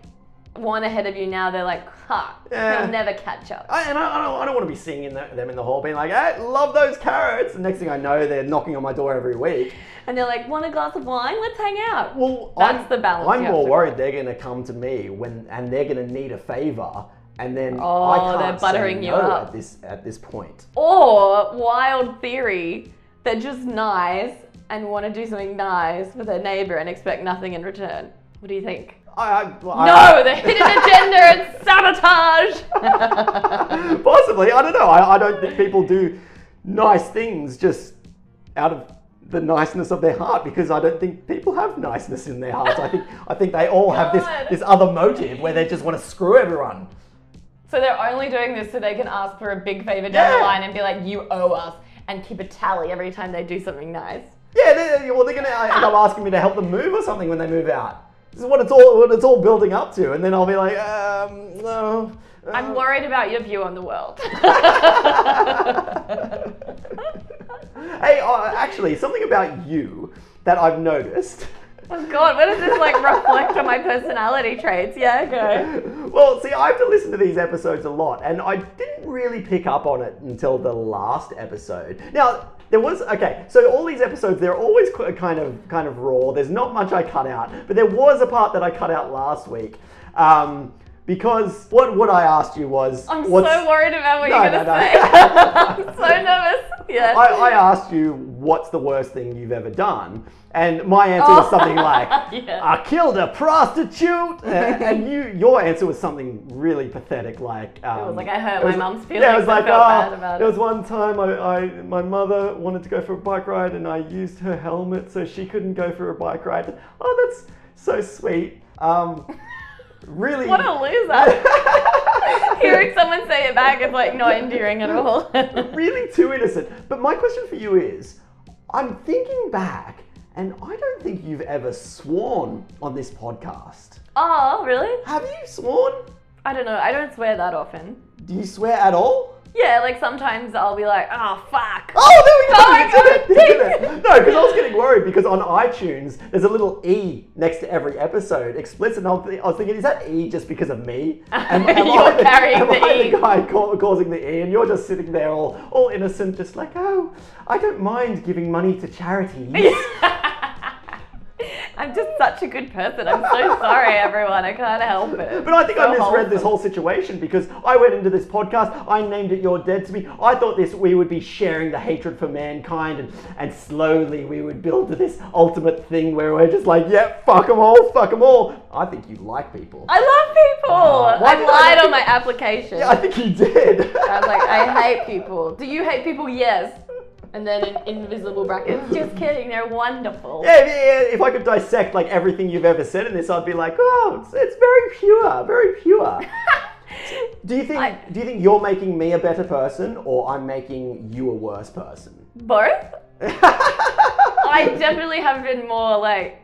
Speaker 2: one ahead of you now. They're like, ha,
Speaker 1: Yeah.
Speaker 2: you'll never catch up.
Speaker 1: I, and I, I don't, I don't want to be seeing in the, them in the hall being like, I love those carrots. The next thing I know, they're knocking on my door every week.
Speaker 2: And they're like, want a glass of wine? Let's hang out.
Speaker 1: Well,
Speaker 2: That's
Speaker 1: I'm,
Speaker 2: the balance
Speaker 1: I'm
Speaker 2: you have
Speaker 1: more
Speaker 2: to-
Speaker 1: worried they're going to come to me when, and they're going to need a favor, and then
Speaker 2: Oh,
Speaker 1: I can't
Speaker 2: they're buttering
Speaker 1: say
Speaker 2: you
Speaker 1: no
Speaker 2: up.
Speaker 1: at this at this point.
Speaker 2: or wild theory, they're just nice and want to do something nice for their neighbor and expect nothing in return. What do you think?
Speaker 1: I, I, well,
Speaker 2: no,
Speaker 1: I,
Speaker 2: the hidden agenda and
Speaker 1: *laughs*
Speaker 2: sabotage.
Speaker 1: possibly. I don't know. I, I don't think people do nice things just out of the niceness of their heart because I don't think people have niceness in their hearts. I think I think they all have this
Speaker 2: God.
Speaker 1: this other motive where they just want to screw everyone.
Speaker 2: so they're only doing this so they can ask for a big favor down the
Speaker 1: Yeah.
Speaker 2: line and be like, you owe us, and keep a tally every time they do something nice.
Speaker 1: Yeah, they're, well, they're gonna uh, end up asking me to help them move or something when they move out. This is what it's all what it's all building up to, and then I'll be like, um, no. uh,
Speaker 2: I'm worried about your view on the world.
Speaker 1: *laughs*
Speaker 2: *laughs*
Speaker 1: hey, uh, actually, something about you that I've noticed.
Speaker 2: Oh God, what
Speaker 1: *laughs*
Speaker 2: does this like reflect on my personality traits? Yeah, go.
Speaker 1: *laughs* Well, see, I have to listen to these episodes a lot, and I didn't really pick up on it until the last episode. Now, there was okay, so all these episodes they're always qu- kind of kind of raw. There's not much I cut out, but there was a part that I cut out last week um, because what what I asked you was
Speaker 2: I'm
Speaker 1: what's-
Speaker 2: so worried about what
Speaker 1: No,
Speaker 2: you're gonna
Speaker 1: no, no.
Speaker 2: say. I'm so nervous. Yes.
Speaker 1: I, I asked you, what's the worst thing you've ever done? And my answer was something
Speaker 2: Oh. *laughs*
Speaker 1: like,
Speaker 2: Yes.
Speaker 1: I killed a
Speaker 2: *laughs*
Speaker 1: prostitute. and and you, your answer was something really pathetic, like um,
Speaker 2: was like, I hurt
Speaker 1: it
Speaker 2: my
Speaker 1: was-
Speaker 2: mum's
Speaker 1: Yeah, it was
Speaker 2: feelings and
Speaker 1: like,
Speaker 2: felt
Speaker 1: "Oh,
Speaker 2: bad about
Speaker 1: there
Speaker 2: it."
Speaker 1: was one time I, I, my mother wanted to go for a bike ride, and I used her helmet so she couldn't go for a bike ride. Oh, that's so sweet.
Speaker 2: *laughs*
Speaker 1: Um, really.
Speaker 2: What
Speaker 1: *laughs*
Speaker 2: a *laughs* loser. Hearing someone say it back is like not endearing at
Speaker 1: *laughs*
Speaker 2: all. *laughs*
Speaker 1: really too innocent. But my question for you is I'm thinking back, and I don't think you've ever sworn on this podcast.
Speaker 2: oh, really?
Speaker 1: Have you sworn?
Speaker 2: I don't know. I don't swear that often.
Speaker 1: Do you swear at all?
Speaker 2: Yeah, like sometimes I'll be like, oh,
Speaker 1: *laughs*
Speaker 2: fuck.
Speaker 1: Oh, there we go!
Speaker 2: Oh my
Speaker 1: you did it! You did
Speaker 2: God,
Speaker 1: it! No, because I was getting worried because on iTunes there's a little E next to every episode, explicit. And I was thi- I was thinking, is that E just because of
Speaker 2: *laughs*
Speaker 1: me? Am, am
Speaker 2: You're
Speaker 1: the-
Speaker 2: carrying
Speaker 1: am
Speaker 2: the
Speaker 1: I
Speaker 2: E.
Speaker 1: the guy ca- causing the E, and you're just sitting there all, all innocent, just like, oh, I don't mind giving money to charities.
Speaker 2: *laughs* I'm just such a good person. I'm so sorry, everyone. I can't help it.
Speaker 1: But I think I
Speaker 2: So
Speaker 1: misread this
Speaker 2: wholesome.
Speaker 1: whole situation because I went into this podcast, I named it You're Dead to Me. I thought this we would be sharing the hatred for mankind and, and slowly we would build to this ultimate thing where we're just like, yeah, fuck them all, fuck them all. I think you like people.
Speaker 2: I love people.
Speaker 1: Oh, why
Speaker 2: I
Speaker 1: did I
Speaker 2: lied
Speaker 1: not
Speaker 2: on my
Speaker 1: think- *laughs*
Speaker 2: application.
Speaker 1: Yeah, I think you did.
Speaker 2: I was
Speaker 1: *laughs*
Speaker 2: like, I hate people. Do you hate people? Yes. And then in invisible brackets.
Speaker 1: *laughs*
Speaker 2: Just kidding. They're wonderful.
Speaker 1: Yeah, if- yeah, if I could dissect like everything you've ever said in this, I'd be like, oh, it's, it's very pure, very
Speaker 2: *laughs*
Speaker 1: pure. do you think?
Speaker 2: I-
Speaker 1: do you think you're making me a better person, or I'm making you a worse
Speaker 2: *laughs*
Speaker 1: person?
Speaker 2: Both. I definitely have been more like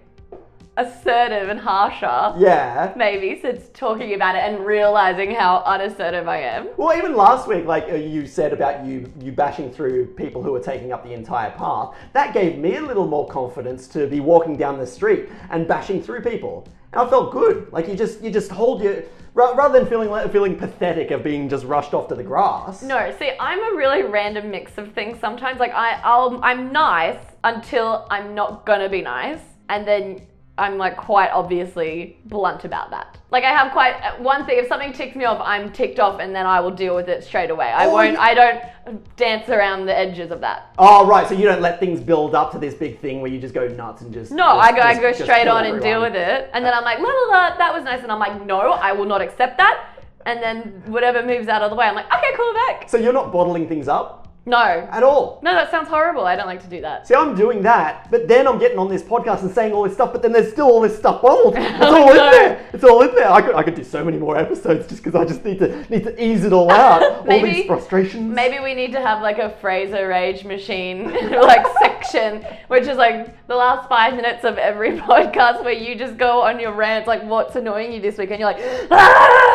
Speaker 2: assertive and harsher,
Speaker 1: Yeah.
Speaker 2: maybe, since talking about it and realizing how unassertive I am.
Speaker 1: Well, even last week, like uh, you said about you you bashing through people who are taking up the entire path, that gave me a little more confidence to be walking down the street and bashing through people, and I felt good. Like you just you just hold your ra- rather than feeling like, feeling pathetic of being just rushed off to the grass.
Speaker 2: No, see, I'm a really random mix of things sometimes. Like I, I'll, I'm nice until I'm not gonna be nice, and then I'm like quite obviously blunt about that. Like I have quite uh, one thing. If something ticks me off, I'm ticked off, and then I will deal with it straight away. I
Speaker 1: Oh,
Speaker 2: won't.
Speaker 1: yeah.
Speaker 2: I don't dance around the edges of that.
Speaker 1: Oh right, so you don't let things build up to this big thing where you just go nuts and just
Speaker 2: No, I go, I go straight on and deal with it, and then I'm like, la la la, that was nice, and I'm like, no, I will not accept that. And then whatever moves out of the way, I'm like, okay, cool, back.
Speaker 1: So you're not bottling things up
Speaker 2: No,
Speaker 1: at all.
Speaker 2: no, that sounds horrible. I don't like to do that.
Speaker 1: See, I'm doing that, but then I'm getting on this podcast and saying all this stuff, but then there's still all this stuff
Speaker 2: *laughs*
Speaker 1: bottled. It's all in
Speaker 2: no.
Speaker 1: there. It's all in there. I could, I could do so many more episodes just because I just need to need to ease it all
Speaker 2: *laughs*
Speaker 1: out. all
Speaker 2: Maybe-
Speaker 1: these frustrations.
Speaker 2: Maybe we need to have like a Fraser Rage machine *laughs* like section, which is like the last five minutes of every *laughs* podcast where you just go on your rant, like what's annoying you this week, and you're like, *gasps* ah!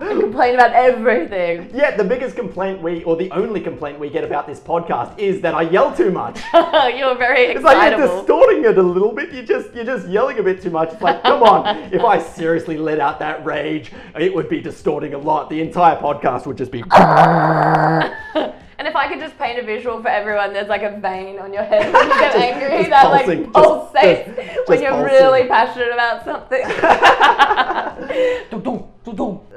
Speaker 2: and complain about everything. *laughs*
Speaker 1: Yeah, the biggest complaint we, or the only complaint we get about this podcast is that I yell too much.
Speaker 2: you're very
Speaker 1: It's like you're
Speaker 2: excitable.
Speaker 1: distorting it a little bit. You just you're just yelling a bit too much. It's like, come
Speaker 2: *laughs*
Speaker 1: on! If I seriously let out that rage, it would be distorting a lot. The entire podcast would just be. *laughs*
Speaker 2: *laughs* and if I could just paint a visual for everyone, there's like a vein on
Speaker 1: *laughs*
Speaker 2: your head *laughs* when you get
Speaker 1: Just-
Speaker 2: angry
Speaker 1: just
Speaker 2: that
Speaker 1: pulsing,
Speaker 2: like
Speaker 1: just-
Speaker 2: pulsates
Speaker 1: just-
Speaker 2: when
Speaker 1: just
Speaker 2: you're
Speaker 1: pulsing.
Speaker 2: really passionate about something.
Speaker 1: *laughs*
Speaker 2: *laughs*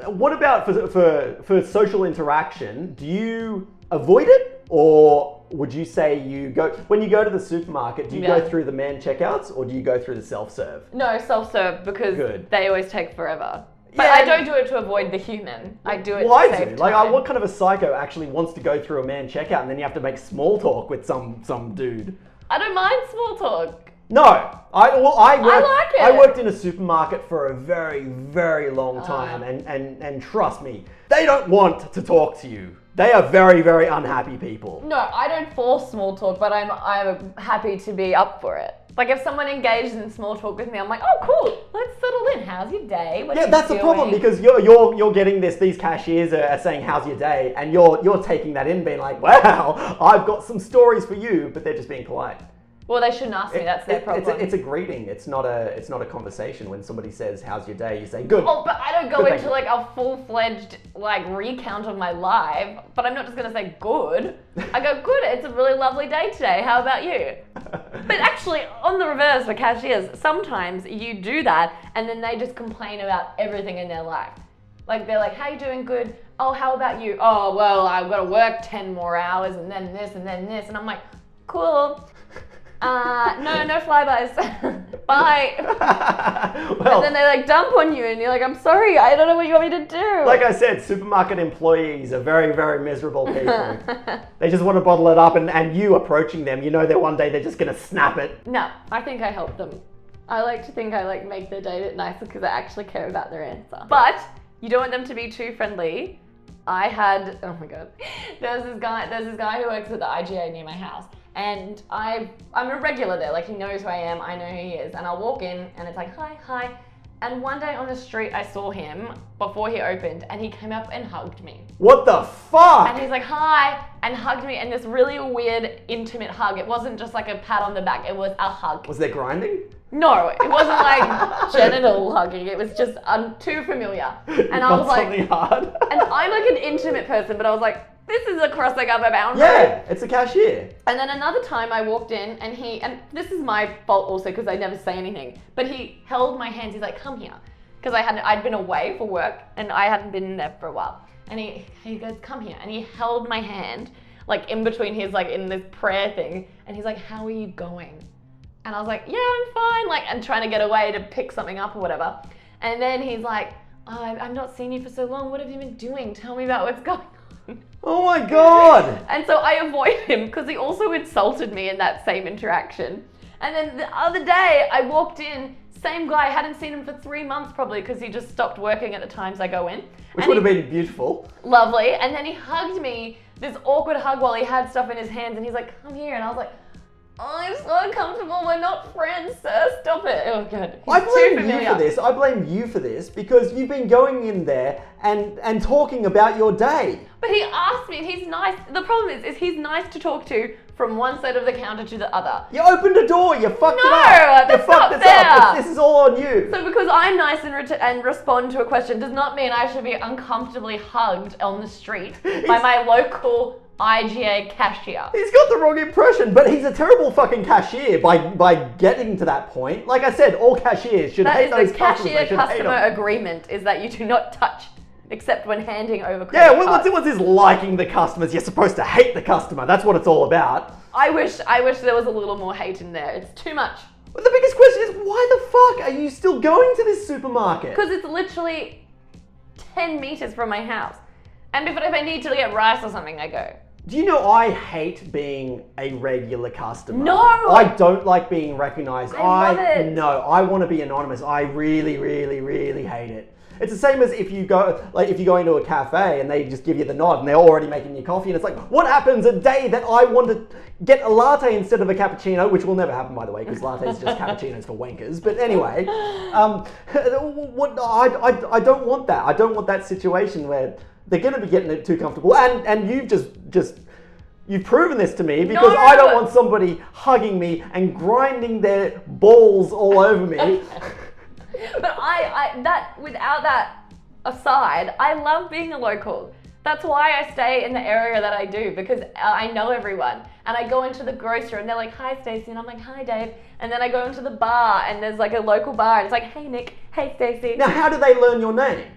Speaker 1: What about for, for for social interaction? Do you avoid it, or would you say you go when you go to the supermarket? Do you
Speaker 2: Yeah.
Speaker 1: go through the man checkouts, or do you go through the self serve?
Speaker 2: No, self serve because
Speaker 1: Good.
Speaker 2: they always take forever. But
Speaker 1: Yeah.
Speaker 2: I don't do it to avoid the human. I do it
Speaker 1: Well, I
Speaker 2: to save
Speaker 1: do. Like, I,
Speaker 2: time.
Speaker 1: what kind of a psycho actually wants to go through a man checkout and then you have to make small talk with some some dude?
Speaker 2: I don't mind small talk.
Speaker 1: No, I well, I worked,
Speaker 2: like it. Ah.
Speaker 1: I worked in a supermarket for a very very long time, and, and and trust me, they don't want to talk to you. They are very very unhappy people.
Speaker 2: No, I don't force small talk, but I'm I'm happy to be up for it. Like if someone engages in small talk with me, I'm like, oh cool, let's settle in. How's your day? What
Speaker 1: Yeah,
Speaker 2: you
Speaker 1: that's the
Speaker 2: doing?
Speaker 1: problem because you're you're you're getting this. These cashiers are, are saying, "How's your day?" and you're you're taking that in, being like, *laughs* "Wow, I've got some stories for you," but they're just being polite.
Speaker 2: well, they shouldn't ask me. That's their
Speaker 1: It- it's,
Speaker 2: problem.
Speaker 1: a, it's a greeting. It's not a it's not a conversation. When somebody says, "How's your day?" you say, "Good."
Speaker 2: Oh, but I don't go
Speaker 1: Good
Speaker 2: into
Speaker 1: thing.
Speaker 2: like a full fledged like recount of my life. But I'm not just gonna say good. I go good. It's a really lovely day today. How about
Speaker 1: *laughs*
Speaker 2: you? But actually, on the reverse for cashiers, sometimes you do that, and then they just complain about everything in their life. Like they're like, "How you doing? Good. oh, how about you? Oh, well, I've got to work 10 more hours and then this and then this. And I'm like, cool. Uh, no, no flybys. *laughs* Bye.
Speaker 1: *laughs* well,
Speaker 2: And then they like dump on you and you're like, I'm sorry, I don't know what you want me to do. *laughs*
Speaker 1: like I said, supermarket employees are very, very miserable
Speaker 2: *laughs*
Speaker 1: people. they just want to bottle it up, and, and you approaching them, you know that one day they're just going to snap it.
Speaker 2: no, I think I helped them. I like to think I like make their day a bit nicer because I actually care about their answer. But you don't want them to be too friendly. I had oh my god, *laughs* there's this guy there's this guy who works at the IGA near my house, and I I'm a regular there. Like he knows who I am, I know who he is, and I'll walk in and it's like hi hi. And one day on the street, I saw him before he opened, and he came up and hugged me.
Speaker 1: What the
Speaker 2: And
Speaker 1: fuck?
Speaker 2: he's like, hi, and hugged me, and this really weird, intimate hug. It wasn't just like a pat on the back, it was a hug.
Speaker 1: Was there grinding?
Speaker 2: No, it
Speaker 1: *laughs*
Speaker 2: wasn't like genital hugging, it was just um, too familiar.
Speaker 1: *laughs*
Speaker 2: And I
Speaker 1: Not
Speaker 2: was like,
Speaker 1: something hard.
Speaker 2: and I'm like an intimate person, but I was like, this is a crossing up a boundary.
Speaker 1: *laughs* yeah, it's a cashier.
Speaker 2: And then another time I walked in and he, and this is my fault also because I never say anything, but he held my hands. He's like, come here. Because I had, I'd been away for work and I hadn't been in there for a while. And he, he goes, come here. And he held my hand, like in between his, like in this prayer thing. And he's like, how are you going? And I was like, yeah, I'm fine. Like, I'm trying to get away to pick something up or whatever. And then he's like, oh, I've I've not seen you for so long. What have you been doing? Tell me about what's *laughs* going on.
Speaker 1: Oh my god!
Speaker 2: And so I avoid him because he also insulted me in that same interaction. And then the other day I walked in, same guy, hadn't seen him for three months probably because he just stopped working at the times I go in.
Speaker 1: Which
Speaker 2: And
Speaker 1: would have
Speaker 2: he-
Speaker 1: been beautiful.
Speaker 2: lovely. And then he hugged me, this awkward hug while he had stuff in his hands, and he's like, come here. And I was like, Oh, I'm so uncomfortable. We're not friends, sir. Stop it. Oh, God. He's
Speaker 1: I
Speaker 2: too
Speaker 1: blame you
Speaker 2: familiar.
Speaker 1: for this. I blame you for this because you've been going in there and and talking about your day.
Speaker 2: But he asked me, and he's nice. The problem is, is he's nice to talk to from one side of the counter to the other.
Speaker 1: You opened a door. You fucked
Speaker 2: No,
Speaker 1: it up.
Speaker 2: that's
Speaker 1: you fucked
Speaker 2: not
Speaker 1: it
Speaker 2: fair.
Speaker 1: up. It's- This is all on you.
Speaker 2: So because I'm nice and, ret- and respond to a question does not mean I should be uncomfortably hugged on the street
Speaker 1: *laughs*
Speaker 2: by my local IGA cashier.
Speaker 1: He's got the wrong impression, but he's a terrible fucking cashier by by getting to that point. Like I said, all cashiers should
Speaker 2: That
Speaker 1: hate
Speaker 2: is
Speaker 1: those
Speaker 2: the
Speaker 1: customers. They
Speaker 2: cashier
Speaker 1: should hate
Speaker 2: customer
Speaker 1: them.
Speaker 2: agreement is that you do not touch except when handing over credit
Speaker 1: Yeah, what, what's,
Speaker 2: cards.
Speaker 1: what's this liking the customers? You're supposed to hate the customer. That's what it's all about.
Speaker 2: I wish I wish there was a little more hate in there. It's too much.
Speaker 1: But the biggest question is why the fuck are you still going to this supermarket?
Speaker 2: Because it's literally 10 meters from my house. And if, if I need to get rice or something, I go.
Speaker 1: Do you know I hate being a regular customer?
Speaker 2: No!
Speaker 1: I don't like being recognized.
Speaker 2: I love it.
Speaker 1: No, I want to be anonymous. I really, really, really hate it. It's the same as if you go like if you go into a cafe and they just give you the nod and they're already making you coffee and it's like, what happens a day that I want to get a latte instead of a cappuccino, which will never happen by the way, because lattes are
Speaker 2: *laughs*
Speaker 1: just cappuccinos for wankers. But anyway, um, *laughs* what I, I, I don't want that. I don't want that situation where they're going to be getting it too comfortable and and you've just just You've proven this to me because
Speaker 2: No!
Speaker 1: I don't want somebody hugging me and grinding their balls all over me.
Speaker 2: But I, I that without that aside, I love being a local. That's why I stay in the area that I do because uh, I know everyone. And I go into the grocery and they're like, "Hi, Stacey," and I'm like, "Hi, Dave." And then I go into the bar and there's like a local bar and it's like, "Hey, Nick. Hey, Stacey."
Speaker 1: now, how do they learn your name?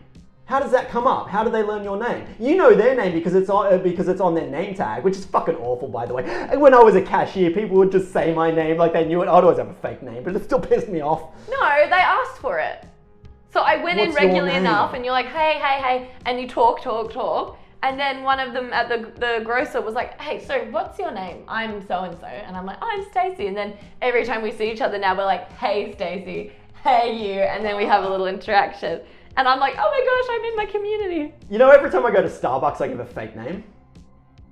Speaker 1: How does that come up? How do they learn your name? You know their name because it's on uh, because it's on their name tag, which is fucking awful, by the way. And When I was a cashier, people would just say my name like they knew it. I'd always have a fake name, but it still *laughs* pissed me off.
Speaker 2: No, they asked for it. So I went in
Speaker 1: What's your
Speaker 2: regularly
Speaker 1: name?
Speaker 2: enough, and you're like, hey, hey, hey, and you talk, talk, talk. And then one of them at the, the grocer was like, hey, so what's your name? I'm so and so. And I'm like, I'm Stacey. And then every time we see each other now, we're like, hey, Stacey, hey, you. And then we have a little interaction. And I'm like, oh my gosh, I'm in my community.
Speaker 1: You know, every time I go to Starbucks, I give a fake name.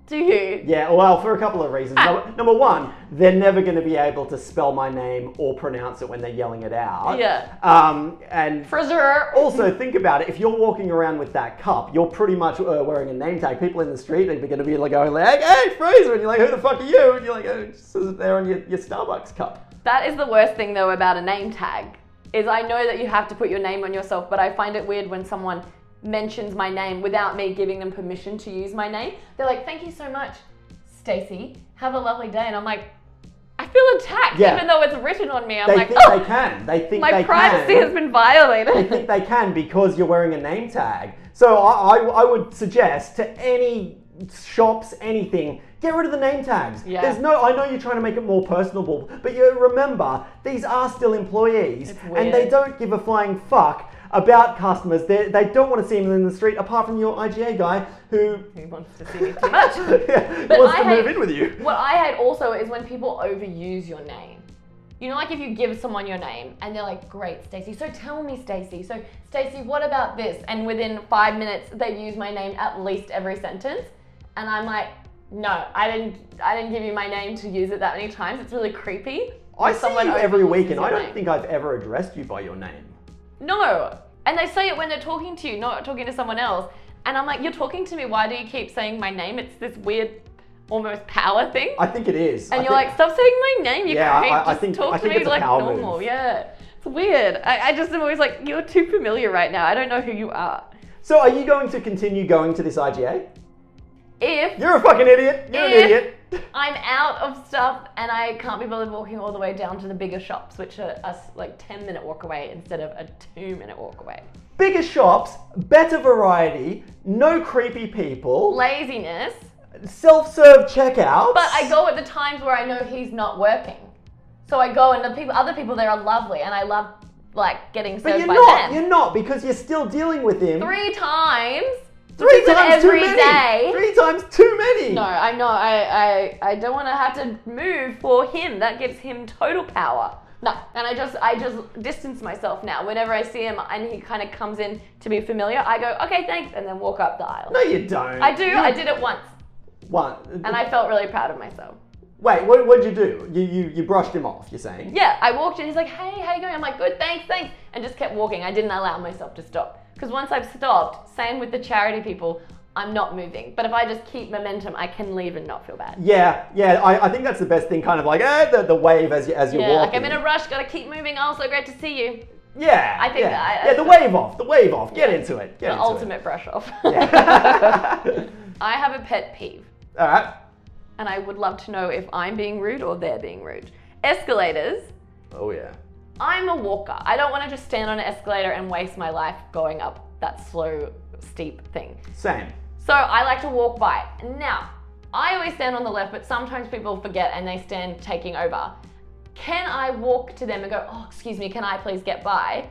Speaker 2: Do you?
Speaker 1: Yeah, well, for a couple of reasons. Number, number one, they're never going to be able to spell my name or pronounce it when they're yelling it out.
Speaker 2: Yeah.
Speaker 1: Um, and
Speaker 2: Frizzer.
Speaker 1: also think about it. If you're walking around with that cup, you're pretty much uh, wearing a name tag. People in the street are going to be like going like, "Hey, Fraser," and you're like, "Who the fuck are you?" And you're like, "Oh, it just isn't there on your, your Starbucks cup."
Speaker 2: That is the worst thing though about a name tag. Is I know that you have to put your name on yourself, but I find it weird when someone mentions my name without me giving them permission to use my name. They're like, "Thank you so much, Stacy. Have a lovely day." And I'm like, I feel attacked
Speaker 1: Yeah.
Speaker 2: even though it's written on me. I'm
Speaker 1: They
Speaker 2: like,
Speaker 1: think
Speaker 2: *laughs* "Oh,
Speaker 1: they can. They think
Speaker 2: my
Speaker 1: they
Speaker 2: privacy
Speaker 1: can. *laughs*
Speaker 2: has been violated."
Speaker 1: think they can because you're wearing a name tag. So I, I, I would suggest to any shops, anything, get rid of the name tags.
Speaker 2: Yeah.
Speaker 1: There's no, I know you're trying to make it more personable, but you remember, these are still employees and they
Speaker 2: weird.
Speaker 1: don't give a flying fuck about customers. They, they don't want to see them in the street apart from your IGA guy
Speaker 2: *laughs*
Speaker 1: who
Speaker 2: Who wants to see me too
Speaker 1: *laughs*
Speaker 2: much? But
Speaker 1: wants
Speaker 2: I
Speaker 1: to move
Speaker 2: hate-
Speaker 1: in with you.
Speaker 2: What I hate also is when people overuse your name. You know, like if you give someone your name and they're like, "Great, Stacey. So tell me, Stacey. So Stacey, what about this?" And within five minutes, they use my name at least every sentence, and I'm like, "No, I didn't. I didn't give you my name to use it that many times. It's really creepy."
Speaker 1: I
Speaker 2: when
Speaker 1: see you every
Speaker 2: overuses
Speaker 1: week and
Speaker 2: your
Speaker 1: I don't
Speaker 2: name.
Speaker 1: think I've ever addressed you by your name.
Speaker 2: No. And they say it when they're talking to you, not talking to someone else. And I'm like, you're talking to me. Why do you keep saying my name? It's this weird, almost power thing.
Speaker 1: I think it is.
Speaker 2: and
Speaker 1: I
Speaker 2: you're
Speaker 1: think-
Speaker 2: like, stop saying my name. You
Speaker 1: Yeah,
Speaker 2: can't
Speaker 1: I- I
Speaker 2: just
Speaker 1: think-
Speaker 2: talk
Speaker 1: I think
Speaker 2: to me
Speaker 1: it's a
Speaker 2: like
Speaker 1: power
Speaker 2: normal.
Speaker 1: move.
Speaker 2: Yeah. It's weird. I, I just am always like, you're too familiar right now. I don't know who you are.
Speaker 1: So are you going to continue going to this IGA?
Speaker 2: If
Speaker 1: You're a fucking idiot. You're
Speaker 2: If-
Speaker 1: an idiot.
Speaker 2: I'm out of stuff and I can't be bothered walking all the way down to the bigger shops, which are us like 10 minute walk away instead of a two minute walk away.
Speaker 1: Bigger shops, better variety, no creepy people,
Speaker 2: Laziness.
Speaker 1: self-serve checkouts.
Speaker 2: But I go at the times where I know he's not working. So I go and the people other people there are lovely and I love like getting
Speaker 1: But
Speaker 2: served
Speaker 1: you're
Speaker 2: by
Speaker 1: not.
Speaker 2: them.
Speaker 1: You're not because you're still dealing with him.
Speaker 2: Three times.
Speaker 1: Three
Speaker 2: This is
Speaker 1: times
Speaker 2: every
Speaker 1: too many.
Speaker 2: day.
Speaker 1: Three times too many.
Speaker 2: No, I know. I, I, I don't want to have to move for him. That gives him total power. No, and I just I just distance myself now. Whenever I see him and he kind of comes in to be familiar, I go okay, thanks, and then walk up the aisle.
Speaker 1: No, you don't.
Speaker 2: I do. I did it once,
Speaker 1: One.
Speaker 2: and I felt really proud of myself.
Speaker 1: Wait, what, what'd you do? You, you you brushed him off. You're saying?
Speaker 2: Yeah, I walked in. He's like, "Hey, how you going?" I'm like, "Good, thanks, thanks," and just kept walking. I didn't allow myself to stop because once I've stopped, same with the charity people, I'm not moving. But if I just keep momentum, I can leave and not feel bad.
Speaker 1: Yeah, yeah. I, I think that's the best thing. Kind of like eh, the, the wave as you as you're
Speaker 2: Yeah,
Speaker 1: walking.
Speaker 2: like I'm in a rush, gotta keep moving. Oh, so great to see you.
Speaker 1: Yeah.
Speaker 2: I think
Speaker 1: yeah.
Speaker 2: that I-
Speaker 1: yeah, the wave off, the wave off. Get into it. Get
Speaker 2: The
Speaker 1: into
Speaker 2: ultimate brush off.
Speaker 1: It. Yeah.
Speaker 2: *laughs*
Speaker 1: *laughs*
Speaker 2: I have a pet peeve,
Speaker 1: All right.
Speaker 2: and I would love to know if I'm being rude or they're being rude. Escalators.
Speaker 1: Oh yeah.
Speaker 2: I'm a walker. I don't want to just stand on an escalator and waste my life going up that slow, steep thing.
Speaker 1: Same.
Speaker 2: So I like to walk by. Now, I always stand on the left, but sometimes people forget and they stand taking over. Can I walk to them and go, oh, excuse me, can I please get by?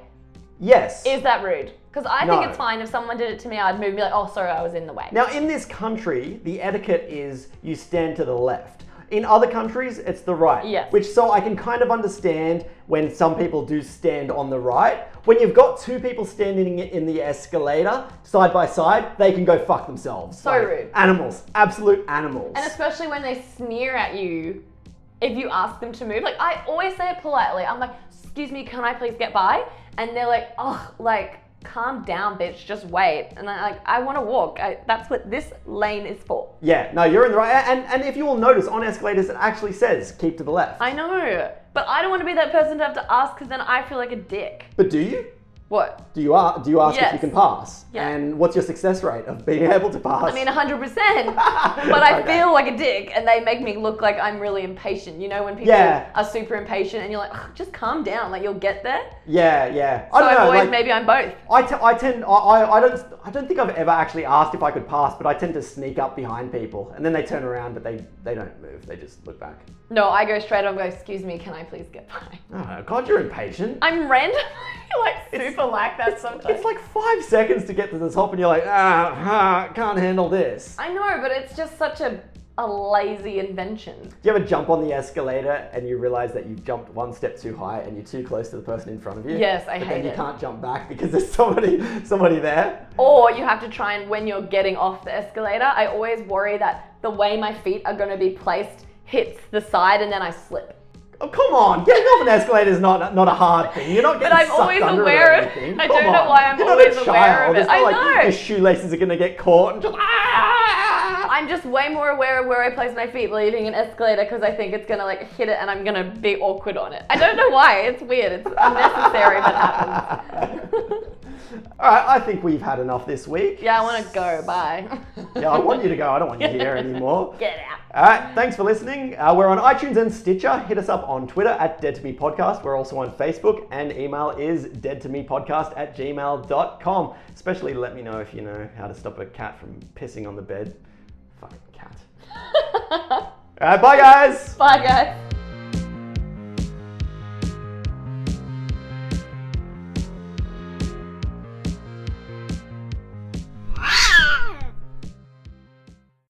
Speaker 1: Yes.
Speaker 2: Is that rude? Because I
Speaker 1: No.
Speaker 2: think it's fine. If someone did it to me, I'd move and be like, oh, sorry, I was in the way.
Speaker 1: now in this country, the etiquette is you stand to the left. In other countries, it's the right.
Speaker 2: Yes.
Speaker 1: Which so I can kind of understand when some people do stand on the right. When you've got two people standing in the escalator side by side, they can go fuck themselves. So
Speaker 2: rude.
Speaker 1: Animals. Absolute animals.
Speaker 2: And especially when they sneer at you if you ask them to move. Like, I always say it politely. I'm like, excuse me, can I please get by? And they're like, oh, like, calm down, bitch, just wait. And I'm like, I want to walk. I, that's what this lane is for.
Speaker 1: yeah. No, you're in the right. And and if you will notice on escalators, it actually says keep to the left.
Speaker 2: I know, but I don't want to be that person to have to ask because then I feel like a dick.
Speaker 1: but do you?
Speaker 2: What?
Speaker 1: Do you, a- do you ask if
Speaker 2: Yes.
Speaker 1: you can pass?
Speaker 2: Yeah.
Speaker 1: And what's your success rate of being *laughs* able to pass?
Speaker 2: I
Speaker 1: *laughs*
Speaker 2: mean, 100%. but I
Speaker 1: Okay.
Speaker 2: feel like a dick, and they make me look like I'm really impatient. You know, when people
Speaker 1: Yeah.
Speaker 2: are super impatient, and you're like, "Ugh, just calm down, like you'll get there.
Speaker 1: Yeah, yeah. I
Speaker 2: So
Speaker 1: don't
Speaker 2: I've
Speaker 1: know.
Speaker 2: always,
Speaker 1: like,
Speaker 2: maybe I'm both.
Speaker 1: I, t- I tend, I, I, I don't, I don't think I've ever actually asked if I could pass, but I tend to sneak up behind people, and then they turn around, but they, they don't move. They just look back.
Speaker 2: No, I go straight on. Go, excuse me, can I please get by? *laughs*
Speaker 1: Oh God, you're impatient.
Speaker 2: I'm random, *laughs* like super like that sometimes.
Speaker 1: It's like five seconds to get to the top, and you're like, ah, ah can't handle this.
Speaker 2: I know, but it's just such a a lazy invention.
Speaker 1: Do you ever jump on the escalator and you realize that you've jumped one step too high and you're too close to the person in front of you?
Speaker 2: Yes, I
Speaker 1: but
Speaker 2: hate
Speaker 1: then you
Speaker 2: it.
Speaker 1: can't jump back *laughs* because there's somebody, somebody there.
Speaker 2: Or you have to try and when you're getting off the escalator, I always worry that the way my feet are going to be placed hits the side and then I slip.
Speaker 1: Oh, come on, getting off an escalator is not not a hard thing. You're not
Speaker 2: But
Speaker 1: getting
Speaker 2: I'm
Speaker 1: sucked
Speaker 2: always
Speaker 1: under
Speaker 2: aware
Speaker 1: it or
Speaker 2: of-
Speaker 1: anything.
Speaker 2: I
Speaker 1: Come
Speaker 2: don't know
Speaker 1: on.
Speaker 2: why I'm
Speaker 1: You're
Speaker 2: always
Speaker 1: not a
Speaker 2: aware
Speaker 1: child.
Speaker 2: of it.
Speaker 1: It's not
Speaker 2: I
Speaker 1: like
Speaker 2: know.
Speaker 1: Your shoelaces are gonna get caught. And just, ah!
Speaker 2: I'm just way more aware of where I place my feet leaving an escalator because I think it's gonna like hit it and I'm gonna be awkward on it. I don't know why. It's weird. It's unnecessary, but it happens.
Speaker 1: *laughs* All right, I think we've had enough this week.
Speaker 2: yeah, I want to go. Bye.
Speaker 1: Yeah, I want you to go. I don't want you here anymore.
Speaker 2: *laughs* Get out.
Speaker 1: All right, thanks for listening. Uh, we're on iTunes and Stitcher. Hit us up on Twitter at Dead to Me Podcast. We're also on Facebook, and email is dead to me podcast at gmail.com. Especially let me know if you know how to stop a cat from pissing on the bed. Fucking cat. All right, bye, guys.
Speaker 2: Bye, guys.